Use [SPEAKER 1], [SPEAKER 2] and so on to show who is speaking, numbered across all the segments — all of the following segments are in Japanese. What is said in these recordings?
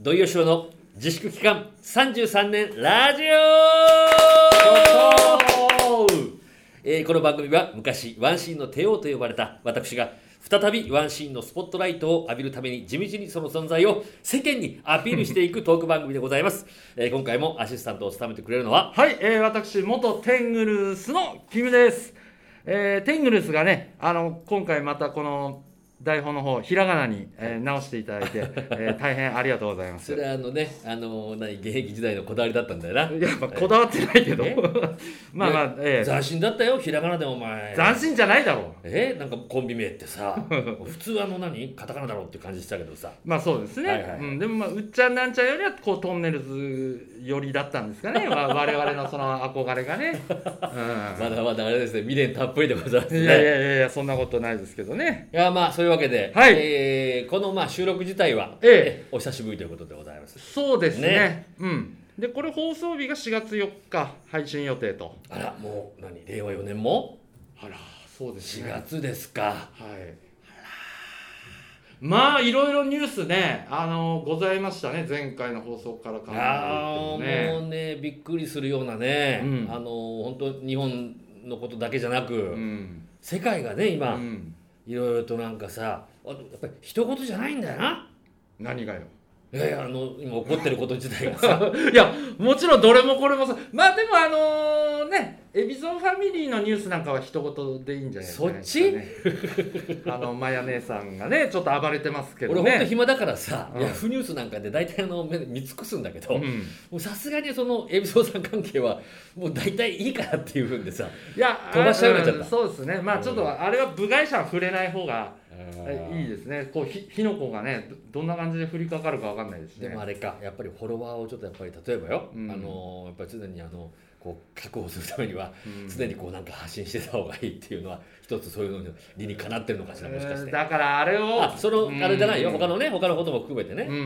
[SPEAKER 1] 土井善雄の自粛期間33年ラジオえーこの番組は昔ワンシーンの帝王と呼ばれた私が再びワンシーンのスポットライトを浴びるために地道にその存在を世間にアピールして いくトーク番組でございます、えー今回もアシスタントを務めてくれるのは
[SPEAKER 2] はい、えー私、元テングルスのキムです。えーテングルスがね、あの、今回またこの台本の方、ひらがなに、えー直していただい て、えー大変ありがとうございます。
[SPEAKER 1] そ
[SPEAKER 2] い
[SPEAKER 1] れはあのねあのー何現役時代のこだわりだったんだよな
[SPEAKER 2] や、まあ、こだわってないけど
[SPEAKER 1] え、
[SPEAKER 2] まあまあ、えー
[SPEAKER 1] 斬新だったよひらがなでお前
[SPEAKER 2] 斬新じゃないだろう。
[SPEAKER 1] えなんかコンビ名って さ普通あの何カタカナだろうって感じしたけどさ
[SPEAKER 2] まあそうですね、
[SPEAKER 1] はいはい
[SPEAKER 2] うん、でもまあうっちゃんなんちゃんよりはこうトンネルズ寄りだったんですかね、まあ、我々のその憧れが ね、う
[SPEAKER 1] まだまだあれですね未練たっぷりでございます
[SPEAKER 2] ん、
[SPEAKER 1] ね
[SPEAKER 2] いやいやいやいやそんなことないですけどね
[SPEAKER 1] いやまあそういうわけで、
[SPEAKER 2] はい
[SPEAKER 1] えーこのまあ収録自体は、
[SPEAKER 2] え
[SPEAKER 1] お久しぶりということでございます
[SPEAKER 2] そうですね
[SPEAKER 1] ね
[SPEAKER 2] うん、でこれ放送日が4月4日配信予定と
[SPEAKER 1] あらもう何令和4年も
[SPEAKER 2] あらそうで
[SPEAKER 1] 4月ですか
[SPEAKER 2] はいまあいろいろニュースねあのございましたね前回の放送から考
[SPEAKER 1] あー
[SPEAKER 2] える
[SPEAKER 1] もうねびっくりするようなね、
[SPEAKER 2] うん
[SPEAKER 1] あの本当日本のことだけじゃなく、
[SPEAKER 2] とねうん
[SPEAKER 1] 世界がね
[SPEAKER 2] う
[SPEAKER 1] 今、
[SPEAKER 2] ん
[SPEAKER 1] いろいろとなんかさあやっぱり一言じゃないんだよな
[SPEAKER 2] 何がよ
[SPEAKER 1] いやいやあの今起こってること自体がさ
[SPEAKER 2] いやもちろんどれもこれもさまあでもあのねエビゾンファミリーのニュースなんかは一言でいいんじゃないですか、ね、ち あのマヤ姉さんがねちょっと暴れてますけど
[SPEAKER 1] 俺
[SPEAKER 2] ね
[SPEAKER 1] ほんと暇だからさ、
[SPEAKER 2] うん
[SPEAKER 1] ヤフーニュースなんかで大体あの目見尽くすんだけど、も
[SPEAKER 2] うん
[SPEAKER 1] うさすがにその海老蔵さん関係はもう大体いいからっていうふうでさ
[SPEAKER 2] いや
[SPEAKER 1] 飛ばしたくなっちゃった
[SPEAKER 2] あうんそうですねまあちょっとあれは部外者は触れない方がいい
[SPEAKER 1] い
[SPEAKER 2] ですねこうひ火の粉がねどどんな感じで降りかかるかわかんないです
[SPEAKER 1] で
[SPEAKER 2] ね
[SPEAKER 1] もあれかやっぱりフォロワーをちょっとやっぱり例えばよ、
[SPEAKER 2] うん
[SPEAKER 1] あのやっぱり常にあのこう確保するためには
[SPEAKER 2] うん
[SPEAKER 1] 常にこうなんか発信してた方がいいっていうのは一つそういうのに理にかなってるのかしらもしかし
[SPEAKER 2] えー
[SPEAKER 1] て。
[SPEAKER 2] だからあれを
[SPEAKER 1] あそのあれじゃないよ
[SPEAKER 2] うん
[SPEAKER 1] 他のね他のことも含めてね、
[SPEAKER 2] うんう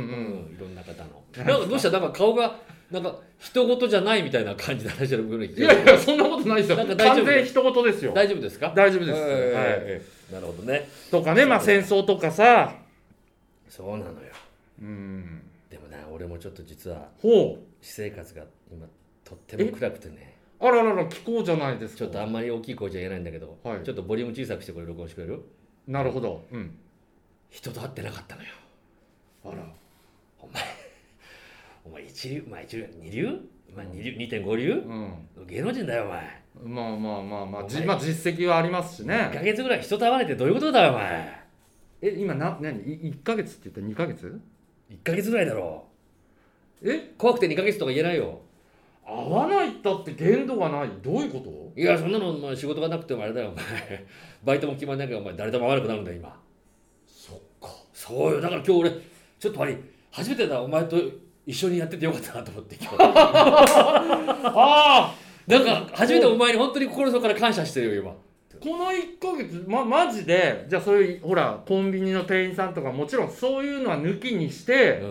[SPEAKER 2] ん
[SPEAKER 1] いろんな方のなんかどうしたなんか顔がなんか人事じゃないみたいな感じで話してる分に
[SPEAKER 2] いやいやそんなことないですよ
[SPEAKER 1] なんか
[SPEAKER 2] 完
[SPEAKER 1] 大丈夫
[SPEAKER 2] 全一言ですよ
[SPEAKER 1] 大丈夫ですか
[SPEAKER 2] 大丈夫です
[SPEAKER 1] えーなるほどね
[SPEAKER 2] とかねまあ戦争とかさ
[SPEAKER 1] そうなのよ
[SPEAKER 2] うん
[SPEAKER 1] でもな俺もちょっと実は
[SPEAKER 2] ほう
[SPEAKER 1] 私生活が今とっても暗くてね
[SPEAKER 2] あららら気候じゃないですか
[SPEAKER 1] ちょっとあんまり大きい声じゃ言えないんだけど、
[SPEAKER 2] はい
[SPEAKER 1] ちょっとボリューム小さくしてこれ録音してくれる
[SPEAKER 2] なるほどうん
[SPEAKER 1] 人と会ってなかったのよ
[SPEAKER 2] あら
[SPEAKER 1] お前お前一流まあ一流二流まあ二流2.5流
[SPEAKER 2] うん
[SPEAKER 1] 芸能人だよお前
[SPEAKER 2] まあまあまあまあじ
[SPEAKER 1] お前
[SPEAKER 2] まあ実績はありますしね
[SPEAKER 1] 1ヶ月ぐらい人と会わないってどういうことだよお前
[SPEAKER 2] え今な何い一ヶ月って言った二ヶ月
[SPEAKER 1] 1ヶ月ぐらいだろ
[SPEAKER 2] え
[SPEAKER 1] 怖くて2ヶ月とか言えないよ
[SPEAKER 2] 合わないったって限度がないどういう こと
[SPEAKER 1] いやそんなのお前仕事がなくてもあれだよお前 バイトも決まんなきゃお前誰とも会わなくなるんだよ今
[SPEAKER 2] そっか
[SPEAKER 1] そうよだから今日俺ちょっとあれ初めてだお前と一緒にやっててよかったなと思って今日
[SPEAKER 2] ああ
[SPEAKER 1] なんか初めてお前に本当に心の底から感謝してるよ今
[SPEAKER 2] この1ヶ月まマジでじゃあそういうほらコンビニの店員さんとかもちろんそういうのは抜きにして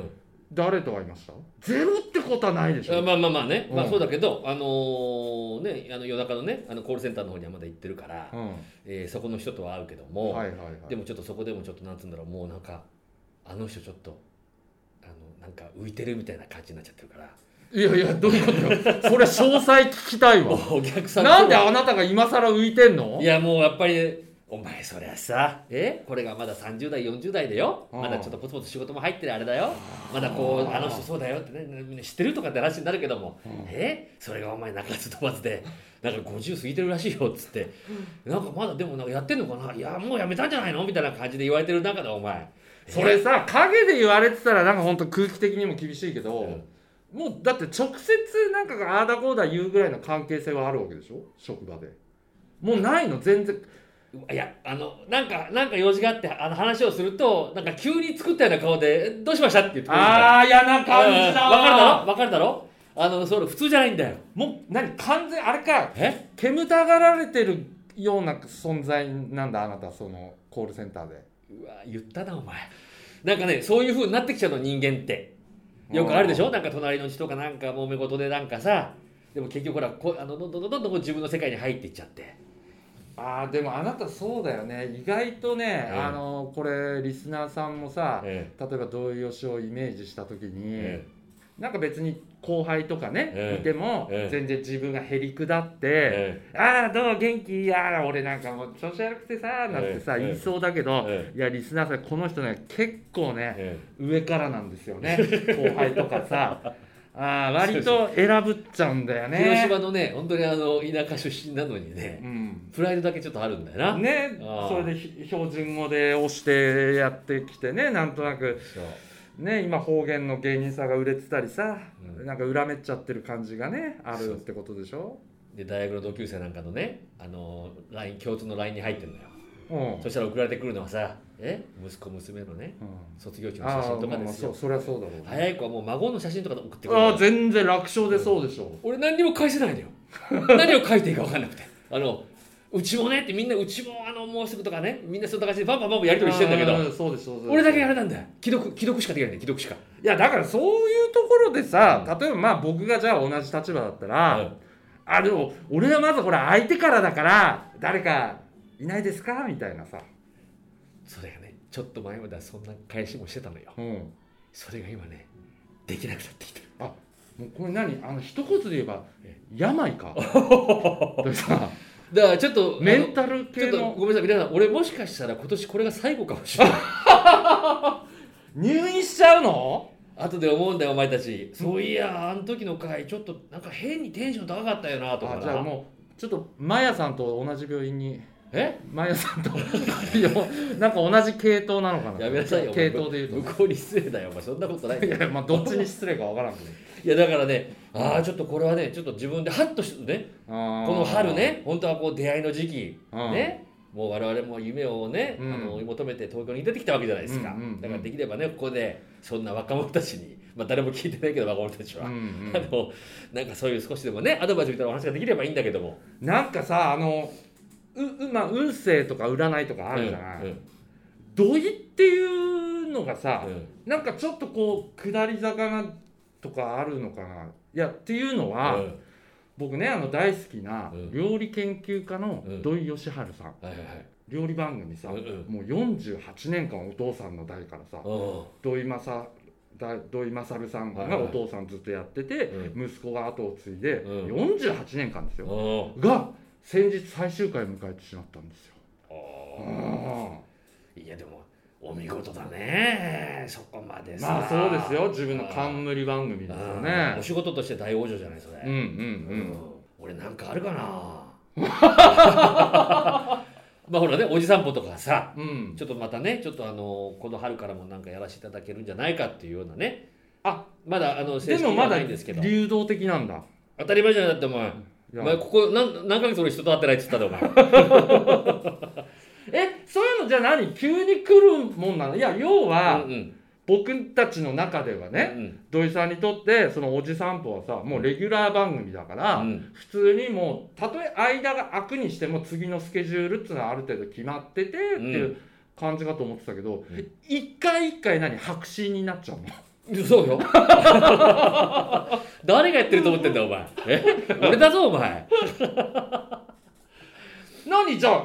[SPEAKER 2] 誰と会いましたゼロってことはないでし
[SPEAKER 1] うん、
[SPEAKER 2] ょ
[SPEAKER 1] まあまあまあね、まあ
[SPEAKER 2] うん
[SPEAKER 1] そうだけどあのーねあの夜中のねあのコールセンターの方にはまだ行ってるから、
[SPEAKER 2] うん
[SPEAKER 1] えーそこの人とは会うけども、
[SPEAKER 2] はいはいはい
[SPEAKER 1] でもちょっとそこでもちょっとなんつうんだろうもうなんかあの人ちょっとあのなんか浮いてるみたいな感じになっちゃってるから
[SPEAKER 2] いやいやどういうことよそれ詳細聞き たいわ
[SPEAKER 1] おお客さん
[SPEAKER 2] なんであなたが今更浮いてんの
[SPEAKER 1] いやもうやっぱりお前そりゃさえこれがまだ30代40代でよ
[SPEAKER 2] うん
[SPEAKER 1] まだちょっとポツポツ仕事も入ってるあれだよまだこうあの人そうだよってねみんな知ってるとかって話になるけどもえそれがお前中津飛ばずでなんか50過ぎてるらしいよっつってなんかまだでもなんかやってんのかないやもうやめたんじゃないのみたいな感じで言われてる中でお前
[SPEAKER 2] それさ陰で言われてたらなんかほんと空気的にも厳しいけど、
[SPEAKER 1] うん
[SPEAKER 2] もうだって直接なんかがああだこうだ言うぐらいの関係性はあるわけでしょ職場でもうないの全然
[SPEAKER 1] いやあのなんかなんか用事があってあの話をするとなんか急に作ったような顔で「えどうしました?」って言ってくるんだよ
[SPEAKER 2] ああ嫌な感じだ
[SPEAKER 1] うんわかるだ
[SPEAKER 2] わ
[SPEAKER 1] ろわかるだろあのそれ普通じゃないんだよ
[SPEAKER 2] もう何完全あれか
[SPEAKER 1] え
[SPEAKER 2] 煙たがられてるような存在なんだあなたそのコールセンターで
[SPEAKER 1] うわ言ったなお前なんかねそういう風になってきちゃうの人間ってよくあるでしょなんか隣の人がなんか揉め事でなんかさでも結局ほらこうあのどんどんどんどんどんこう自分の世界に入っていっちゃって
[SPEAKER 2] あーでもあなたそうだよね意外とね、
[SPEAKER 1] ええ
[SPEAKER 2] あのこれリスナーさんもさ、
[SPEAKER 1] え
[SPEAKER 2] 例えば土井善をイメージした時に、
[SPEAKER 1] え
[SPEAKER 2] なんか別に後輩とかね、
[SPEAKER 1] ええ
[SPEAKER 2] いても、
[SPEAKER 1] ええ
[SPEAKER 2] 全然自分がへりくだって、
[SPEAKER 1] え
[SPEAKER 2] ああどう元気ああ俺なんかもう調子悪くてさなんてさ、
[SPEAKER 1] ええ
[SPEAKER 2] 言いそうだけど、
[SPEAKER 1] え
[SPEAKER 2] いやリスナーさんこの人ね結構ね、
[SPEAKER 1] え
[SPEAKER 2] 上からなんです よね後輩とかさあー割と選ぶっちゃうんだよ
[SPEAKER 1] え広
[SPEAKER 2] ね。
[SPEAKER 1] 島のね本当にあの田舎出身なのにね
[SPEAKER 2] うん
[SPEAKER 1] プライドだけちょっとあるんだよな、
[SPEAKER 2] ね
[SPEAKER 1] あー
[SPEAKER 2] それでひ標準語で押してやってきてねなんとなく
[SPEAKER 1] そう
[SPEAKER 2] ね今方言の芸人さんが売れてたりさ、
[SPEAKER 1] う
[SPEAKER 2] なんか恨めっちゃってる感じがねあ
[SPEAKER 1] そう
[SPEAKER 2] るってことでしょ
[SPEAKER 1] で大学の同級生なんかのねあの LINE 共通の LINE に入ってんだよ
[SPEAKER 2] うん、うん
[SPEAKER 1] そしたら送られてくるのはさえ息子娘のね卒業期の写真とか
[SPEAKER 2] あーまあま
[SPEAKER 1] で
[SPEAKER 2] あ
[SPEAKER 1] す
[SPEAKER 2] そう
[SPEAKER 1] よ
[SPEAKER 2] そりゃそうだろう、
[SPEAKER 1] 早い子はもう孫の写真とかで送ってくる
[SPEAKER 2] ああ全然楽勝でそうでしょ、
[SPEAKER 1] 俺何にも返せないの よ何を書いていいか分かんなくてあのうちもねってみんなうちもあのもうすぐとかねみんなそんな感じでバンバンバンバンやり取りしてんだけ
[SPEAKER 2] あ
[SPEAKER 1] ど
[SPEAKER 2] ーそうですそうです
[SPEAKER 1] 俺だけあれなんだよ既読既読しかできないね既読しか
[SPEAKER 2] いやだからそういうところでさ、例えばまあ僕がじゃあ同じ立場だったら、
[SPEAKER 1] うん
[SPEAKER 2] あでも俺はまずほら相手からだから誰かいないですかみたいなさ、
[SPEAKER 1] それがねちょっと前まではそんな返しもしてたのよ
[SPEAKER 2] うん、
[SPEAKER 1] それが今ねできなくなってきた
[SPEAKER 2] もうこれ何あの一言で言えば
[SPEAKER 1] え
[SPEAKER 2] 病かだからさ
[SPEAKER 1] だからちょっと
[SPEAKER 2] メ
[SPEAKER 1] あの
[SPEAKER 2] ンタル
[SPEAKER 1] ちょ
[SPEAKER 2] 系
[SPEAKER 1] っと
[SPEAKER 2] の
[SPEAKER 1] ごめんなさい皆さん俺もしかしたら今年これが最後かもしれない
[SPEAKER 2] 入院しちゃうの
[SPEAKER 1] 後で思うんだよお前たちそういやあの時の回ちょっとなんか変にテンション高かったよなとか
[SPEAKER 2] あ
[SPEAKER 1] な
[SPEAKER 2] じゃあもうちょっとマヤさんと同じ病院に
[SPEAKER 1] え
[SPEAKER 2] マヤさんといやなんか同じ系統なのかな
[SPEAKER 1] やめなさいよ
[SPEAKER 2] 系統で言
[SPEAKER 1] 向
[SPEAKER 2] う
[SPEAKER 1] こうに失礼だよお前そんなことない
[SPEAKER 2] といやまあどっちに失礼かわからんけど
[SPEAKER 1] いやだからねああちょっとこれはねちょっと自分でハッとしてね
[SPEAKER 2] こ
[SPEAKER 1] この春ね本当はこう出会いの時期、
[SPEAKER 2] うん
[SPEAKER 1] ねもう我々も夢をね、
[SPEAKER 2] うん
[SPEAKER 1] あの追い求めて東京に出てきたわけじゃないですか、
[SPEAKER 2] うんうんうん
[SPEAKER 1] だからできればねここでそんな若者たちに まあ誰も聞いてないけど若者たち
[SPEAKER 2] う
[SPEAKER 1] は、
[SPEAKER 2] ん
[SPEAKER 1] あのなんかそういう少しでもねアドバイスみたいなお話ができればいいんだけども
[SPEAKER 2] うん、なんかさあのううまあ運勢とか占いとかあるじゃな
[SPEAKER 1] う
[SPEAKER 2] い、
[SPEAKER 1] んうん
[SPEAKER 2] 土井っていうのがさ、
[SPEAKER 1] うん
[SPEAKER 2] なんかちょっとこう下り坂がとかあるのかないやっていうのは、
[SPEAKER 1] うん
[SPEAKER 2] 僕ねあの大好きな
[SPEAKER 1] うん
[SPEAKER 2] 料理研究家の
[SPEAKER 1] うん
[SPEAKER 2] 土井善晴さん
[SPEAKER 1] はいはいはい
[SPEAKER 2] 料理番組さ、
[SPEAKER 1] うんうん
[SPEAKER 2] もう48年間お父さんの代からさ
[SPEAKER 1] うん
[SPEAKER 2] 土井正だ土井勝さん
[SPEAKER 1] はいは
[SPEAKER 2] が
[SPEAKER 1] い
[SPEAKER 2] お父さんずっとやってて、
[SPEAKER 1] う
[SPEAKER 2] 息子が後を継いで、
[SPEAKER 1] う
[SPEAKER 2] 48年間ですよ、
[SPEAKER 1] うん
[SPEAKER 2] が先日最終回を迎えてしまったんですよ。うん
[SPEAKER 1] いやでもお見事だねそこまでさ
[SPEAKER 2] まあそうですよ自分の冠番組ですよ
[SPEAKER 1] うんお
[SPEAKER 2] ね。
[SPEAKER 1] 仕事として大往生じゃないそれ、
[SPEAKER 2] うんうん
[SPEAKER 1] うん俺なんかあるか なまあほらねおじさんぽとかさ
[SPEAKER 2] うん。うん。
[SPEAKER 1] ちょっとまたねちょっとあのこの春からもなんかやらせていただけるんじゃないかっていうようなね
[SPEAKER 2] あ
[SPEAKER 1] まだあの
[SPEAKER 2] で
[SPEAKER 1] 正式
[SPEAKER 2] も
[SPEAKER 1] に
[SPEAKER 2] ま
[SPEAKER 1] は
[SPEAKER 2] だ
[SPEAKER 1] ないんですけど
[SPEAKER 2] 流動的なんだ。
[SPEAKER 1] 当たり前じゃないだってお前
[SPEAKER 2] い
[SPEAKER 1] お
[SPEAKER 2] や
[SPEAKER 1] 前ここ何何ヶ月俺人と会ってないって言ったでお前
[SPEAKER 2] えそういうのじゃあ何急に来るもんなのいや要は
[SPEAKER 1] うんうん
[SPEAKER 2] 僕たちの中ではね
[SPEAKER 1] うん
[SPEAKER 2] 土井さんにとってその「おじさんぽ」はさもうレギュラー番組だから、
[SPEAKER 1] うん
[SPEAKER 2] 普通にもうたとえ間が空くにしても次のスケジュールっていうのはある程度決まっててっていう感じかと思ってたけど、
[SPEAKER 1] うん
[SPEAKER 2] 一回一回何白紙になっちゃうの
[SPEAKER 1] そうよ 誰がやってると思ってんだお前え俺だぞお前
[SPEAKER 2] 何じゃあ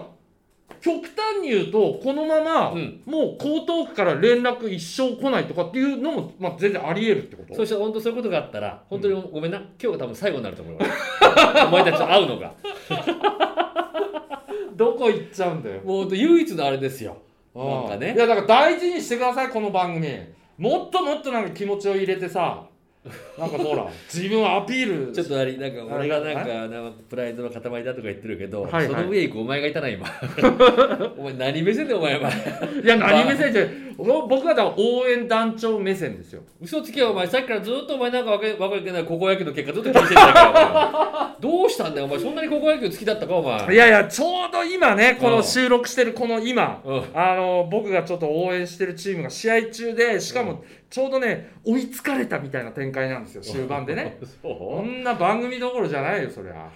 [SPEAKER 2] 極端に言うとこのまま、
[SPEAKER 1] うん
[SPEAKER 2] もう江東区から連絡一生来ないとかっていうのも、まあ、全然ありえるってこと
[SPEAKER 1] そして本当そういうことがあったら本当にごめんな、今日が多分最後になると思うよ 俺お前たちと会うのが
[SPEAKER 2] どこ行っちゃうんだよ
[SPEAKER 1] もう本当唯一のあれですよなんか
[SPEAKER 2] い
[SPEAKER 1] ね
[SPEAKER 2] やだから大事にしてくださいこの番組もっともっとなんか気持ちを入れてさなんかほ ら自分をアピール
[SPEAKER 1] ちょっとあれなんか俺がなん
[SPEAKER 2] あ
[SPEAKER 1] かなんかプライドの塊だとか言ってるけど、
[SPEAKER 2] はいはい
[SPEAKER 1] その上行くお前がいたな 今お前何目線でお前お前
[SPEAKER 2] いや何目線じゃ僕はだから応援団長目線ですよ
[SPEAKER 1] 嘘つけよお前さっきからずっとお前なんか若い若いけない高校野球の結果ずっと気にしてんだ からお前どうしたんだよお前そんなに高校野球好きだったかお前
[SPEAKER 2] いやいやちょうど今ねこ
[SPEAKER 1] う
[SPEAKER 2] の
[SPEAKER 1] ん
[SPEAKER 2] 収録してるこの今
[SPEAKER 1] うん
[SPEAKER 2] あの僕がちょっと応援してるチームが試合中でしかもちょうどね追いつかれたみたいな展開なんですよ終盤でね
[SPEAKER 1] そう
[SPEAKER 2] こんな番組どころじゃないよそり ゃ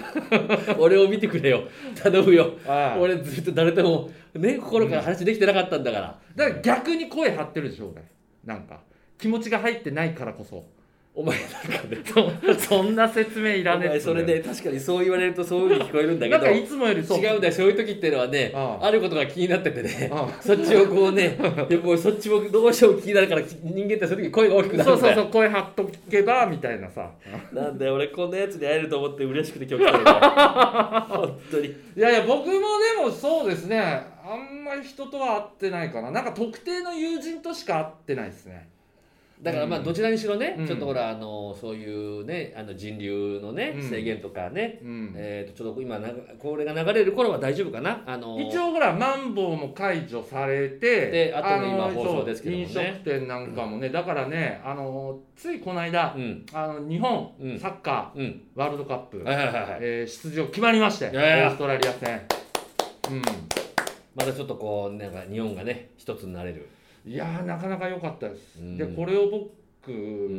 [SPEAKER 1] 俺を見てくれよ頼むよ
[SPEAKER 2] ああ
[SPEAKER 1] 俺ずっと誰ともね心から話できてなかったんだから、
[SPEAKER 2] だから逆に声張ってるでしょ俺なんか気持ちが入ってないからこそ
[SPEAKER 1] お前なんかね
[SPEAKER 2] そそんな説明いら
[SPEAKER 1] お
[SPEAKER 2] ねえっ
[SPEAKER 1] 前
[SPEAKER 2] つう
[SPEAKER 1] そ
[SPEAKER 2] んだ
[SPEAKER 1] れ
[SPEAKER 2] よ
[SPEAKER 1] で確かにそう言われるとそういうふうに聞こえるんだけ
[SPEAKER 2] な
[SPEAKER 1] ど
[SPEAKER 2] んかいつもよりそう
[SPEAKER 1] 違うんだよそういう時っていうのはね
[SPEAKER 2] あ
[SPEAKER 1] あ
[SPEAKER 2] あ
[SPEAKER 1] ることが気になっててね
[SPEAKER 2] あ
[SPEAKER 1] そっちをこう ねでもそっちもどうしても気になるから人間ってそういう時声が大きくな
[SPEAKER 2] そ
[SPEAKER 1] る
[SPEAKER 2] うん
[SPEAKER 1] だ
[SPEAKER 2] そう
[SPEAKER 1] よ
[SPEAKER 2] そう声張っとけばみたいなさ
[SPEAKER 1] なんだよ俺こんなやつに会えると思って嬉しくて今日来たんだ よ本当に
[SPEAKER 2] いやいや僕もでもそうですねあんまり人とは会ってないかななんか特定の友人としか会ってないですね
[SPEAKER 1] だからまあどちらにしろね、
[SPEAKER 2] うん
[SPEAKER 1] ちょっとほらあのそういうねあの人流のね
[SPEAKER 2] うん
[SPEAKER 1] 制限とかね、
[SPEAKER 2] うん
[SPEAKER 1] えー、とちょっと今なこれが流れる頃は大丈夫かなあの
[SPEAKER 2] 一応ほらマンボウも解除されて
[SPEAKER 1] であと今
[SPEAKER 2] の
[SPEAKER 1] 放送ですけどもね
[SPEAKER 2] そう飲食店なんかもねだからねあのついこの間
[SPEAKER 1] うん
[SPEAKER 2] あの日本、
[SPEAKER 1] うん
[SPEAKER 2] サッカ
[SPEAKER 1] うん
[SPEAKER 2] ーワールドカップ、
[SPEAKER 1] はいはいはいはい
[SPEAKER 2] えー出場決まりましてオ
[SPEAKER 1] いやいや
[SPEAKER 2] ーストラリア戦う
[SPEAKER 1] またちょっとこうなんか日本がね一つになれる
[SPEAKER 2] んいやーなかなか良かったです、
[SPEAKER 1] うん
[SPEAKER 2] でこれを僕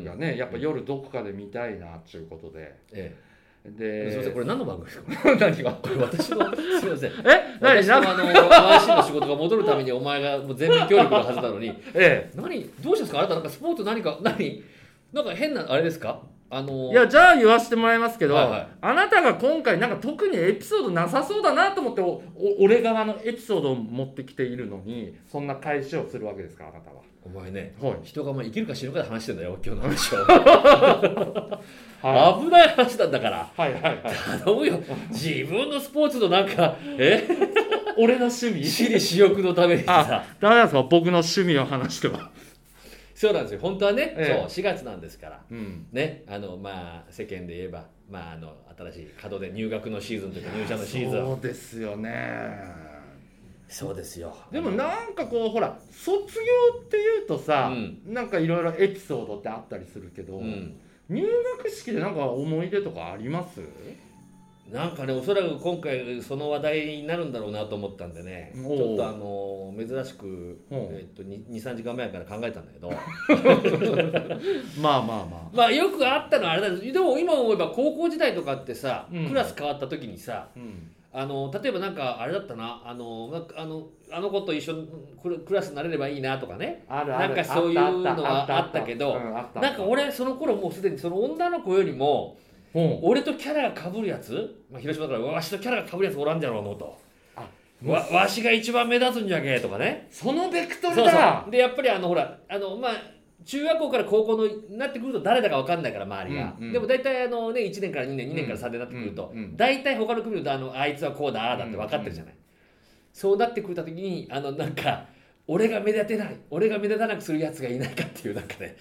[SPEAKER 2] がねやっぱ夜どこかで見たいなっていうことで
[SPEAKER 1] ええすいません
[SPEAKER 2] で
[SPEAKER 1] これ何の番組ですか
[SPEAKER 2] 何が
[SPEAKER 1] これ私のすいません
[SPEAKER 2] え何
[SPEAKER 1] 私の
[SPEAKER 2] 何
[SPEAKER 1] あの回しの仕事が戻るためにお前がもう全面協力のはずなのに
[SPEAKER 2] え
[SPEAKER 1] 何どうしたんですかあなたなんかスポーツ何か何なんか変なあれですかあの
[SPEAKER 2] えいやじゃあ言わせてもらいますけど、
[SPEAKER 1] はいはい
[SPEAKER 2] あなたが今回なんか特にエピソードなさそうだなと思っておお俺側のエピソードを持ってきているのにそんな返しをするわけですかあなたは
[SPEAKER 1] お前ね
[SPEAKER 2] はい
[SPEAKER 1] 人がまあ生きるか死ぬかで話してんだよ今日の話
[SPEAKER 2] は
[SPEAKER 1] は危ない話なんだから
[SPEAKER 2] いはいはい はい
[SPEAKER 1] 頼むよ自分のスポーツのなんかえ
[SPEAKER 2] 俺の趣味
[SPEAKER 1] 私利私欲のために
[SPEAKER 2] あ
[SPEAKER 1] さ、
[SPEAKER 2] ダメなんですか僕の趣味を話しては。
[SPEAKER 1] そうなんですよ本当はね、
[SPEAKER 2] ええ
[SPEAKER 1] そう4月なんですから
[SPEAKER 2] うん。
[SPEAKER 1] ねあのまあ世間で言えばまああの新しい門で入学のシーズンというか入社のシーズン
[SPEAKER 2] そうですよね。
[SPEAKER 1] そうですよ
[SPEAKER 2] でもなんかこうほら卒業っていうとさ、
[SPEAKER 1] う
[SPEAKER 2] なんかいろいろエピソードってあったりするけど、
[SPEAKER 1] うん
[SPEAKER 2] 入学式でなんか思い出とかあります？
[SPEAKER 1] なんかねおそらく今回その話題になるんだろうなと思ったんでねち
[SPEAKER 2] おう
[SPEAKER 1] ょっとあの珍しく、
[SPEAKER 2] おう
[SPEAKER 1] えっと23時間前から考えたんだけど
[SPEAKER 2] まあまあま
[SPEAKER 1] まあよくあったのはあれだけどでも今思えば高校時代とかってさ、
[SPEAKER 2] うん
[SPEAKER 1] クラス変わった時にさ
[SPEAKER 2] あ。うん。
[SPEAKER 1] あの例えばなんかあれだったなあのなんかあのあの子と一緒にクラクラスになれればいいなとかね
[SPEAKER 2] あるあ
[SPEAKER 1] な
[SPEAKER 2] る。
[SPEAKER 1] んかそういうのはあったけど
[SPEAKER 2] うんあった
[SPEAKER 1] なんか俺その頃もうすでにその女の子よりも
[SPEAKER 2] うん
[SPEAKER 1] 俺とキャラがかぶるやつ、まあ、広島だからわしとキャラがかぶるやつおらんじゃろうのと
[SPEAKER 2] あ
[SPEAKER 1] わわしが一番目立つんじゃけえとかね
[SPEAKER 2] そのベクト
[SPEAKER 1] そ
[SPEAKER 2] ル
[SPEAKER 1] う
[SPEAKER 2] だ。
[SPEAKER 1] そうでやっぱりあのほらあのまあ中学校から高校のになってくると誰だか分かんないから周りが、
[SPEAKER 2] うんうん
[SPEAKER 1] でも大体あの、ね、1年から2年2年から3年になってくると、
[SPEAKER 2] うんうんうん
[SPEAKER 1] 大体他の組のあのあいつはこうだああだって分かってるじゃない、そうなってくれた時にあのなんか俺が目立てない俺が目立たなくするやつがいないかっていうなんかね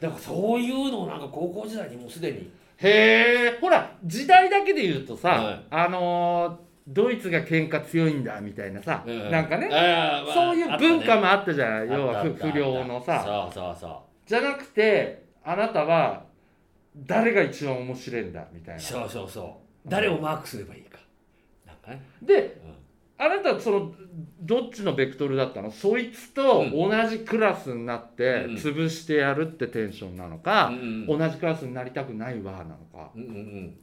[SPEAKER 1] だからそういうのをなんか高校時代にもうすでに
[SPEAKER 2] へえほら時代だけで言うとさ、
[SPEAKER 1] はい
[SPEAKER 2] あのードイツが喧嘩強いんだみたいなさ、
[SPEAKER 1] うん
[SPEAKER 2] なんかね、
[SPEAKER 1] あーまあ
[SPEAKER 2] そういう文化
[SPEAKER 1] あっ
[SPEAKER 2] もあったじゃない、
[SPEAKER 1] たね
[SPEAKER 2] 要は
[SPEAKER 1] あ
[SPEAKER 2] 不
[SPEAKER 1] ったあった
[SPEAKER 2] 不良のさ
[SPEAKER 1] そうそうそ
[SPEAKER 2] じゃなくてあなたは誰が一番面白いんだみたいうな
[SPEAKER 1] そうそうそう誰をマークすればいいかなんかね、
[SPEAKER 2] で
[SPEAKER 1] うん
[SPEAKER 2] あなたはそのどっちのベクトルだったのそいつと
[SPEAKER 1] うん
[SPEAKER 2] 同じクラスになって
[SPEAKER 1] うん
[SPEAKER 2] 潰してやるってテンションなの
[SPEAKER 1] う
[SPEAKER 2] か、
[SPEAKER 1] ん
[SPEAKER 2] 同じクラスになりたくないわなのか、
[SPEAKER 1] うんうんうん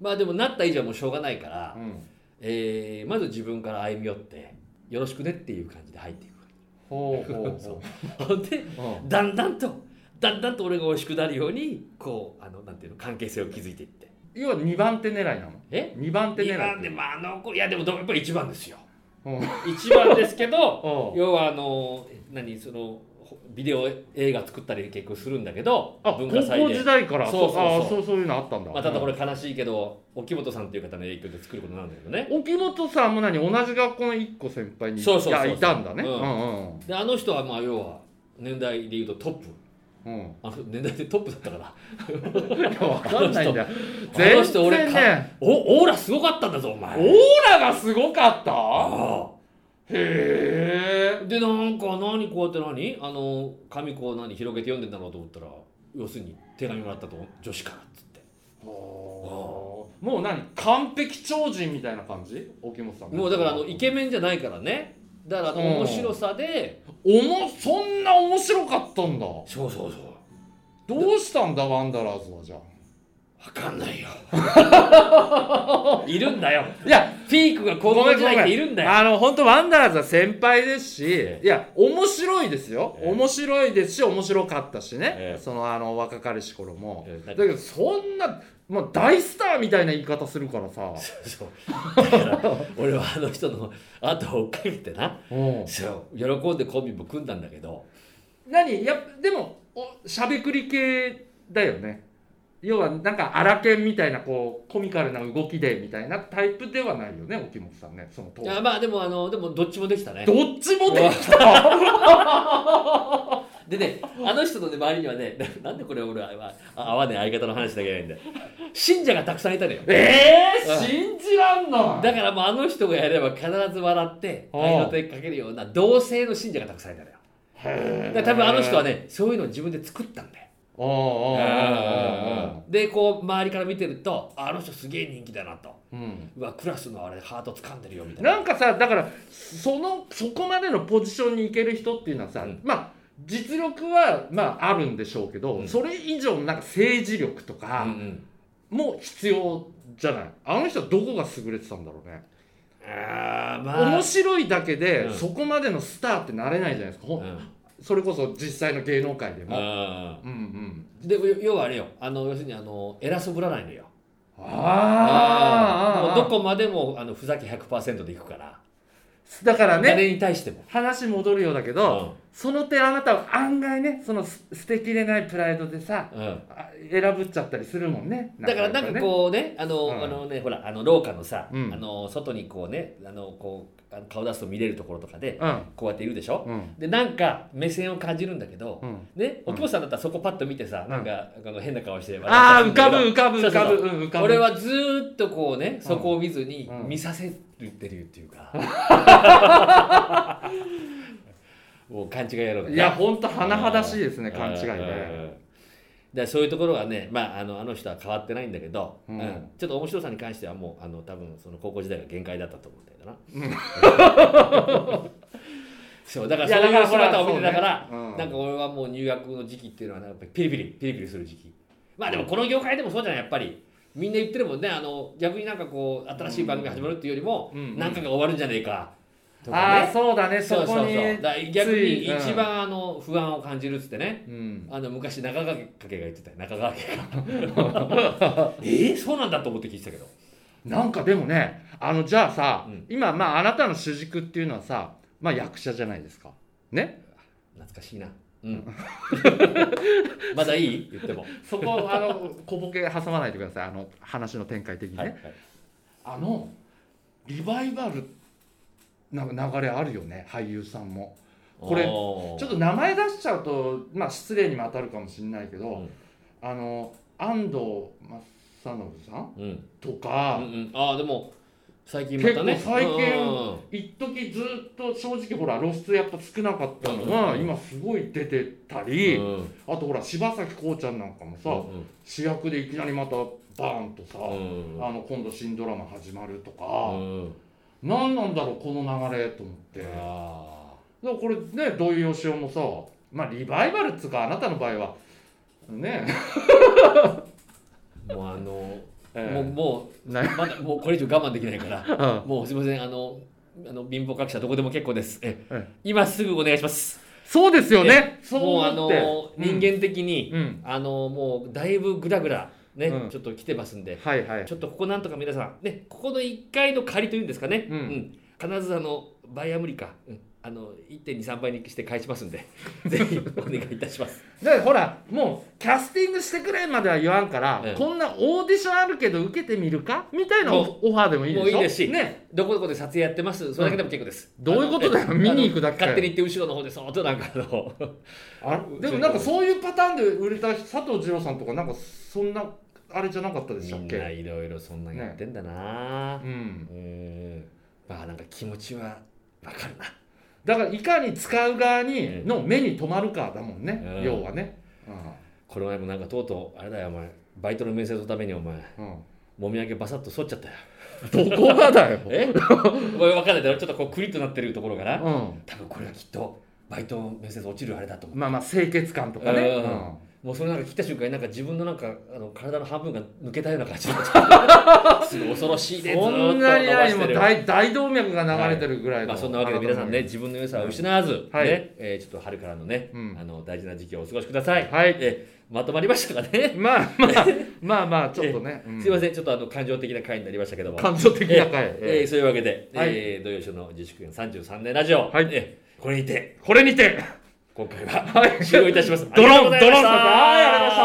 [SPEAKER 1] まあでもなった以上はもうしょうがないから
[SPEAKER 2] う、ん、
[SPEAKER 1] えーまず自分から歩み寄ってよろしくねっていう感じで入ってい
[SPEAKER 2] ほうほう
[SPEAKER 1] そ
[SPEAKER 2] ほ
[SPEAKER 1] くほんで
[SPEAKER 2] う、うん
[SPEAKER 1] だんだんとだんだんと俺が美味しくなるようにこうあのなんていうの関係性を築いていって
[SPEAKER 2] 要は2番手狙いなの
[SPEAKER 1] え
[SPEAKER 2] 2番手狙い
[SPEAKER 1] 2番でまああの子いやでもどやっぱり一番ですよ
[SPEAKER 2] うん
[SPEAKER 1] 一番ですけど
[SPEAKER 2] うん
[SPEAKER 1] 要はあの何そのほビデオ映画作ったり結構するんだけど
[SPEAKER 2] あ
[SPEAKER 1] 文化
[SPEAKER 2] 高
[SPEAKER 1] 祭
[SPEAKER 2] 校
[SPEAKER 1] で
[SPEAKER 2] 時、代から
[SPEAKER 1] そうそうそう
[SPEAKER 2] あーそうそういうのあったんだ、
[SPEAKER 1] まあ、ただこれ悲しいけど沖本さんという方の影響で作ることなんだけどね
[SPEAKER 2] 沖本さんも何同じ学校の1個先輩に
[SPEAKER 1] そうそうそうそう
[SPEAKER 2] いやいたんだね
[SPEAKER 1] うん
[SPEAKER 2] うん
[SPEAKER 1] であの人はまあ要は年代で言うとトップ
[SPEAKER 2] う んうん
[SPEAKER 1] あの年代でトップだったから
[SPEAKER 2] いや分かんないんだよ
[SPEAKER 1] あの人俺
[SPEAKER 2] 全
[SPEAKER 1] か、
[SPEAKER 2] 然ね
[SPEAKER 1] おオーラすごかったんだぞお前
[SPEAKER 2] オーラがすごかった
[SPEAKER 1] あ
[SPEAKER 2] へ
[SPEAKER 1] あでなんか何こうやって何あの紙こう何広げて読んでんだろうと思ったら要するに手紙もらったと女子からっつって
[SPEAKER 2] えもう何完璧超人みたいな感じ沖本さん
[SPEAKER 1] もうだからあのイケメンじゃないからねだからあの
[SPEAKER 2] うん
[SPEAKER 1] 面白さで、
[SPEAKER 2] おもそんな面白かったんだど
[SPEAKER 1] そうそうそう
[SPEAKER 2] うしたんだワンダラーズはじゃあ
[SPEAKER 1] かんないよ いるんだよいやピークが高
[SPEAKER 2] ごめ
[SPEAKER 1] 校
[SPEAKER 2] ん
[SPEAKER 1] 時
[SPEAKER 2] ごめ
[SPEAKER 1] 代
[SPEAKER 2] ん
[SPEAKER 1] っているんだよ
[SPEAKER 2] あの本当ワンダーズは先輩ですしいや面白いですよ、
[SPEAKER 1] ええ
[SPEAKER 2] 面白いですし面白かったしね、
[SPEAKER 1] ええ
[SPEAKER 2] そのあの若かりし頃も、
[SPEAKER 1] ええ
[SPEAKER 2] だけどそんな、まあ、大スターみたいな言い方するからさ、
[SPEAKER 1] そうだから俺はあの人の後を追っかけてな
[SPEAKER 2] うん、
[SPEAKER 1] そう喜んでコンビも組んだんだけど
[SPEAKER 2] 何やっでもおしゃべくり系だよね要はなんか荒研みたいなこうコミカルな動きでみたいなタイプではないよね沖本さんねその当
[SPEAKER 1] い
[SPEAKER 2] 時
[SPEAKER 1] やまあでもあのでもどっちもできたね
[SPEAKER 2] どっちもできた
[SPEAKER 1] でねあの人の、ね、周りにはね ななんでこれ俺はあ合わねえ相方の話だけじゃないんだよ信者がたくさんいたのよ
[SPEAKER 2] え
[SPEAKER 1] うん
[SPEAKER 2] ー、信じらんの
[SPEAKER 1] だからもうあの人がやれば必ず笑って
[SPEAKER 2] ああ
[SPEAKER 1] 愛の手かけるような同性の信者がたくさんいたのよだから多分あの人はねそういうのを自分で作ったんだよ
[SPEAKER 2] おうおうおうおう
[SPEAKER 1] でこう周りから見てるとああの人すげえ人気だなと
[SPEAKER 2] おううん
[SPEAKER 1] うわクラスのあれハート掴んでるよみたいな
[SPEAKER 2] なんかさだからそのそこまでのポジションに行ける人っていうのはさ、
[SPEAKER 1] うん
[SPEAKER 2] まあ実力はまああるんでしょうけど、
[SPEAKER 1] うん
[SPEAKER 2] それ以上のなんか政治力とか、
[SPEAKER 1] うんうん
[SPEAKER 2] もう必要じゃないあの人はどこが優れてたんだろうね
[SPEAKER 1] あーまあ
[SPEAKER 2] 面白いだけで、
[SPEAKER 1] うん
[SPEAKER 2] そこまでのスターってなれないじゃないですか、ほん
[SPEAKER 1] うん
[SPEAKER 2] それこそ実際の芸能界でも
[SPEAKER 1] あ
[SPEAKER 2] うんうん
[SPEAKER 1] ーでも要はあれよあの要するにあの偉そうぶらないのよ
[SPEAKER 2] あーあー
[SPEAKER 1] も
[SPEAKER 2] あ
[SPEAKER 1] うどこまでもあのふざけ100%でいくから
[SPEAKER 2] ーだからね
[SPEAKER 1] 誰に対しても
[SPEAKER 2] 話戻るようだけど、その点あなたは案外ねそのす捨てきれないプライドでさ
[SPEAKER 1] うんうん
[SPEAKER 2] あ選ぶっちゃったりするもんね
[SPEAKER 1] だからなんかこうねあの、
[SPEAKER 2] うん
[SPEAKER 1] あのねほらあの廊下のさ、
[SPEAKER 2] うん
[SPEAKER 1] あの外にこうねあのこうあの顔出すと見れるところとかで
[SPEAKER 2] う
[SPEAKER 1] こうやっているでしょ、
[SPEAKER 2] んうん
[SPEAKER 1] でなんか目線を感じるんだけど、
[SPEAKER 2] うん
[SPEAKER 1] ね
[SPEAKER 2] うん
[SPEAKER 1] お父さんだったらそこパッと見てさ、
[SPEAKER 2] うん
[SPEAKER 1] なんかあの変な顔して
[SPEAKER 2] ああ浮かぶ浮かぶ
[SPEAKER 1] そう
[SPEAKER 2] 浮
[SPEAKER 1] そう
[SPEAKER 2] かぶ
[SPEAKER 1] そう
[SPEAKER 2] うん浮かぶ
[SPEAKER 1] 俺はずーっとこうねそこを見ずに
[SPEAKER 2] うん
[SPEAKER 1] 見させてるっていう か、もう勘違いやろう
[SPEAKER 2] いやほんと甚だしいですね
[SPEAKER 1] うん
[SPEAKER 2] 勘違い
[SPEAKER 1] うん
[SPEAKER 2] ね
[SPEAKER 1] うんだからそういうところはね、まあ、あのあの人は変わってないんだけど、
[SPEAKER 2] うん
[SPEAKER 1] うんちょっと面白さに関してはもうあの多分その高校時代が限界だったと思うんだよな、 そうだから
[SPEAKER 2] いや
[SPEAKER 1] そういう姿
[SPEAKER 2] だからほ
[SPEAKER 1] を見
[SPEAKER 2] ら
[SPEAKER 1] てたから
[SPEAKER 2] そうねうん
[SPEAKER 1] なんか俺はもう入学の時期っていうのはなんかやっぱりピリピリピリピリする時期まあでもこの業界でもそうじゃないやっぱりみんな言ってるもんねあの逆になんかこう新しい番組始まるっていうよりも、
[SPEAKER 2] うんうん
[SPEAKER 1] なんかが終わるんじゃねえかとか
[SPEAKER 2] ああ
[SPEAKER 1] ね
[SPEAKER 2] そうだねそ
[SPEAKER 1] そうそう
[SPEAKER 2] こ
[SPEAKER 1] そう
[SPEAKER 2] に
[SPEAKER 1] だから逆に
[SPEAKER 2] ついうん
[SPEAKER 1] 一番あの不安を感じるっつってね、
[SPEAKER 2] うん
[SPEAKER 1] あの昔中川家が言ってたよ中川家 がえー、そうなんだと思って聞いてたけど
[SPEAKER 2] なんかでもねあのじゃあさ
[SPEAKER 1] うん
[SPEAKER 2] 今まああなたの主軸っていうのはさまあ役者じゃないですかね
[SPEAKER 1] 懐かしいなうん まだいい言っても、
[SPEAKER 2] そ こあの小ボケ挟まないでくださいあの話の展開的に
[SPEAKER 1] はいは
[SPEAKER 2] ね
[SPEAKER 1] い
[SPEAKER 2] あのリバイバルな流れあるよね俳優さんもこれ
[SPEAKER 1] おー
[SPEAKER 2] ちょっと名前出しちゃうと、まあ、失礼にも当たるかもしれないけど、
[SPEAKER 1] うん
[SPEAKER 2] あの安藤正信さん
[SPEAKER 1] うん、
[SPEAKER 2] と
[SPEAKER 1] あ、
[SPEAKER 2] か、
[SPEAKER 1] うんうん、あーでも最近またね
[SPEAKER 2] 結構最近
[SPEAKER 1] うん
[SPEAKER 2] 一時ずっと正直ほら露出やっぱ少なかったのが、
[SPEAKER 1] うん
[SPEAKER 2] 今すごい出てたり、
[SPEAKER 1] うん
[SPEAKER 2] あとほら柴咲コウちゃんなんかもさ、
[SPEAKER 1] うん
[SPEAKER 2] 主役でいきなりまたバーンとさ、
[SPEAKER 1] うん
[SPEAKER 2] あの今度新ドラマ始まると
[SPEAKER 1] う
[SPEAKER 2] か、
[SPEAKER 1] ん
[SPEAKER 2] 何なんだろうこの流れと思って。
[SPEAKER 1] あ
[SPEAKER 2] だからこれね土井善雄もさまあリバイバルっつうかあなたの場合はね
[SPEAKER 1] ーもうあの、
[SPEAKER 2] え
[SPEAKER 1] もうもう
[SPEAKER 2] な
[SPEAKER 1] まだもうこれ以上我慢できないから
[SPEAKER 2] うん
[SPEAKER 1] もうすみませんあのあの貧乏各社どこでも結構ですえ
[SPEAKER 2] え
[SPEAKER 1] 今すぐお願いします
[SPEAKER 2] そうですよねそう
[SPEAKER 1] もうあ
[SPEAKER 2] 思
[SPEAKER 1] の
[SPEAKER 2] って
[SPEAKER 1] 人間的に、
[SPEAKER 2] うん
[SPEAKER 1] あのもうだいぶグラグラね、
[SPEAKER 2] うん
[SPEAKER 1] ちょっと来てますんで
[SPEAKER 2] はいはい
[SPEAKER 1] ちょっとここなんとか皆さんねここの1回の借りというんですかね、
[SPEAKER 2] うん
[SPEAKER 1] 必ずあのバイア無理か、うんあの1.23倍にして返しますん でぜひお願いいたします
[SPEAKER 2] でほらもうキャスティングしてくれまでは言わんから、
[SPEAKER 1] ええ
[SPEAKER 2] こんなオーディションあるけど受けてみるかみたいなオオファーでもいいでしょ
[SPEAKER 1] もういいですし
[SPEAKER 2] ね
[SPEAKER 1] どこどこで撮影やってますそれだけでも結構です、
[SPEAKER 2] どういうことだよ
[SPEAKER 1] あの
[SPEAKER 2] 見に行くだけ
[SPEAKER 1] あの勝手に行って後ろの方でそーっとなんかあの
[SPEAKER 2] あでもなんかそういうパターンで売れた佐藤二朗さんとかなんかそんなあれじゃなかったでし
[SPEAKER 1] み
[SPEAKER 2] たっ
[SPEAKER 1] ん
[SPEAKER 2] け
[SPEAKER 1] ないろいろそんなんやってんだな、
[SPEAKER 2] うん
[SPEAKER 1] うんまあなんか気持ちはわかるな
[SPEAKER 2] だからいかに使う側
[SPEAKER 1] え
[SPEAKER 2] に
[SPEAKER 1] え
[SPEAKER 2] の目に留まるかだもんね、
[SPEAKER 1] うん
[SPEAKER 2] 要はね、
[SPEAKER 1] この前もなんかとうとうあれだよお前バイトの面接のためにお前
[SPEAKER 2] うん
[SPEAKER 1] もみあげバサッと剃っちゃったよ
[SPEAKER 2] どこがだよ、
[SPEAKER 1] え お前分かんないだろちょっとこうクリッとなってるところか
[SPEAKER 2] う
[SPEAKER 1] ら
[SPEAKER 2] ん、
[SPEAKER 1] 多分これはきっとバイトの面接落ちるあれだと思う
[SPEAKER 2] まあまあ清潔感とかね、
[SPEAKER 1] うん
[SPEAKER 2] うん
[SPEAKER 1] もうそれなんか切った瞬間になんか自分のなんかあの体の半分が抜けたような感じになっちゃうすごい恐ろしいねずー
[SPEAKER 2] そ
[SPEAKER 1] っと
[SPEAKER 2] んなに
[SPEAKER 1] 伸ば
[SPEAKER 2] 何
[SPEAKER 1] し
[SPEAKER 2] も
[SPEAKER 1] て
[SPEAKER 2] う
[SPEAKER 1] る
[SPEAKER 2] 大大動脈が流れてるぐらいの、
[SPEAKER 1] まあ、そんなわけで皆さんね自分の良さを失わず、
[SPEAKER 2] はい
[SPEAKER 1] ねえーちょっと春からのね、
[SPEAKER 2] うん
[SPEAKER 1] あの大事な時期をお過ごしください、
[SPEAKER 2] はい
[SPEAKER 1] えーまとまりましたかね、
[SPEAKER 2] まあまあまあまあちょっとね、うん
[SPEAKER 1] すいませんちょっとあの感情的な回になりましたけども
[SPEAKER 2] 感情的な回、
[SPEAKER 1] えー
[SPEAKER 2] え
[SPEAKER 1] そういうわけで、
[SPEAKER 2] はい
[SPEAKER 1] えー、土曜日の自粛33年ラジオ、
[SPEAKER 2] はい
[SPEAKER 1] えーこれにて
[SPEAKER 2] ーこれにて
[SPEAKER 1] 今回は終了いたします。
[SPEAKER 2] ドロン
[SPEAKER 1] ありがとうございました
[SPEAKER 2] ドロンとさはいありがとうございました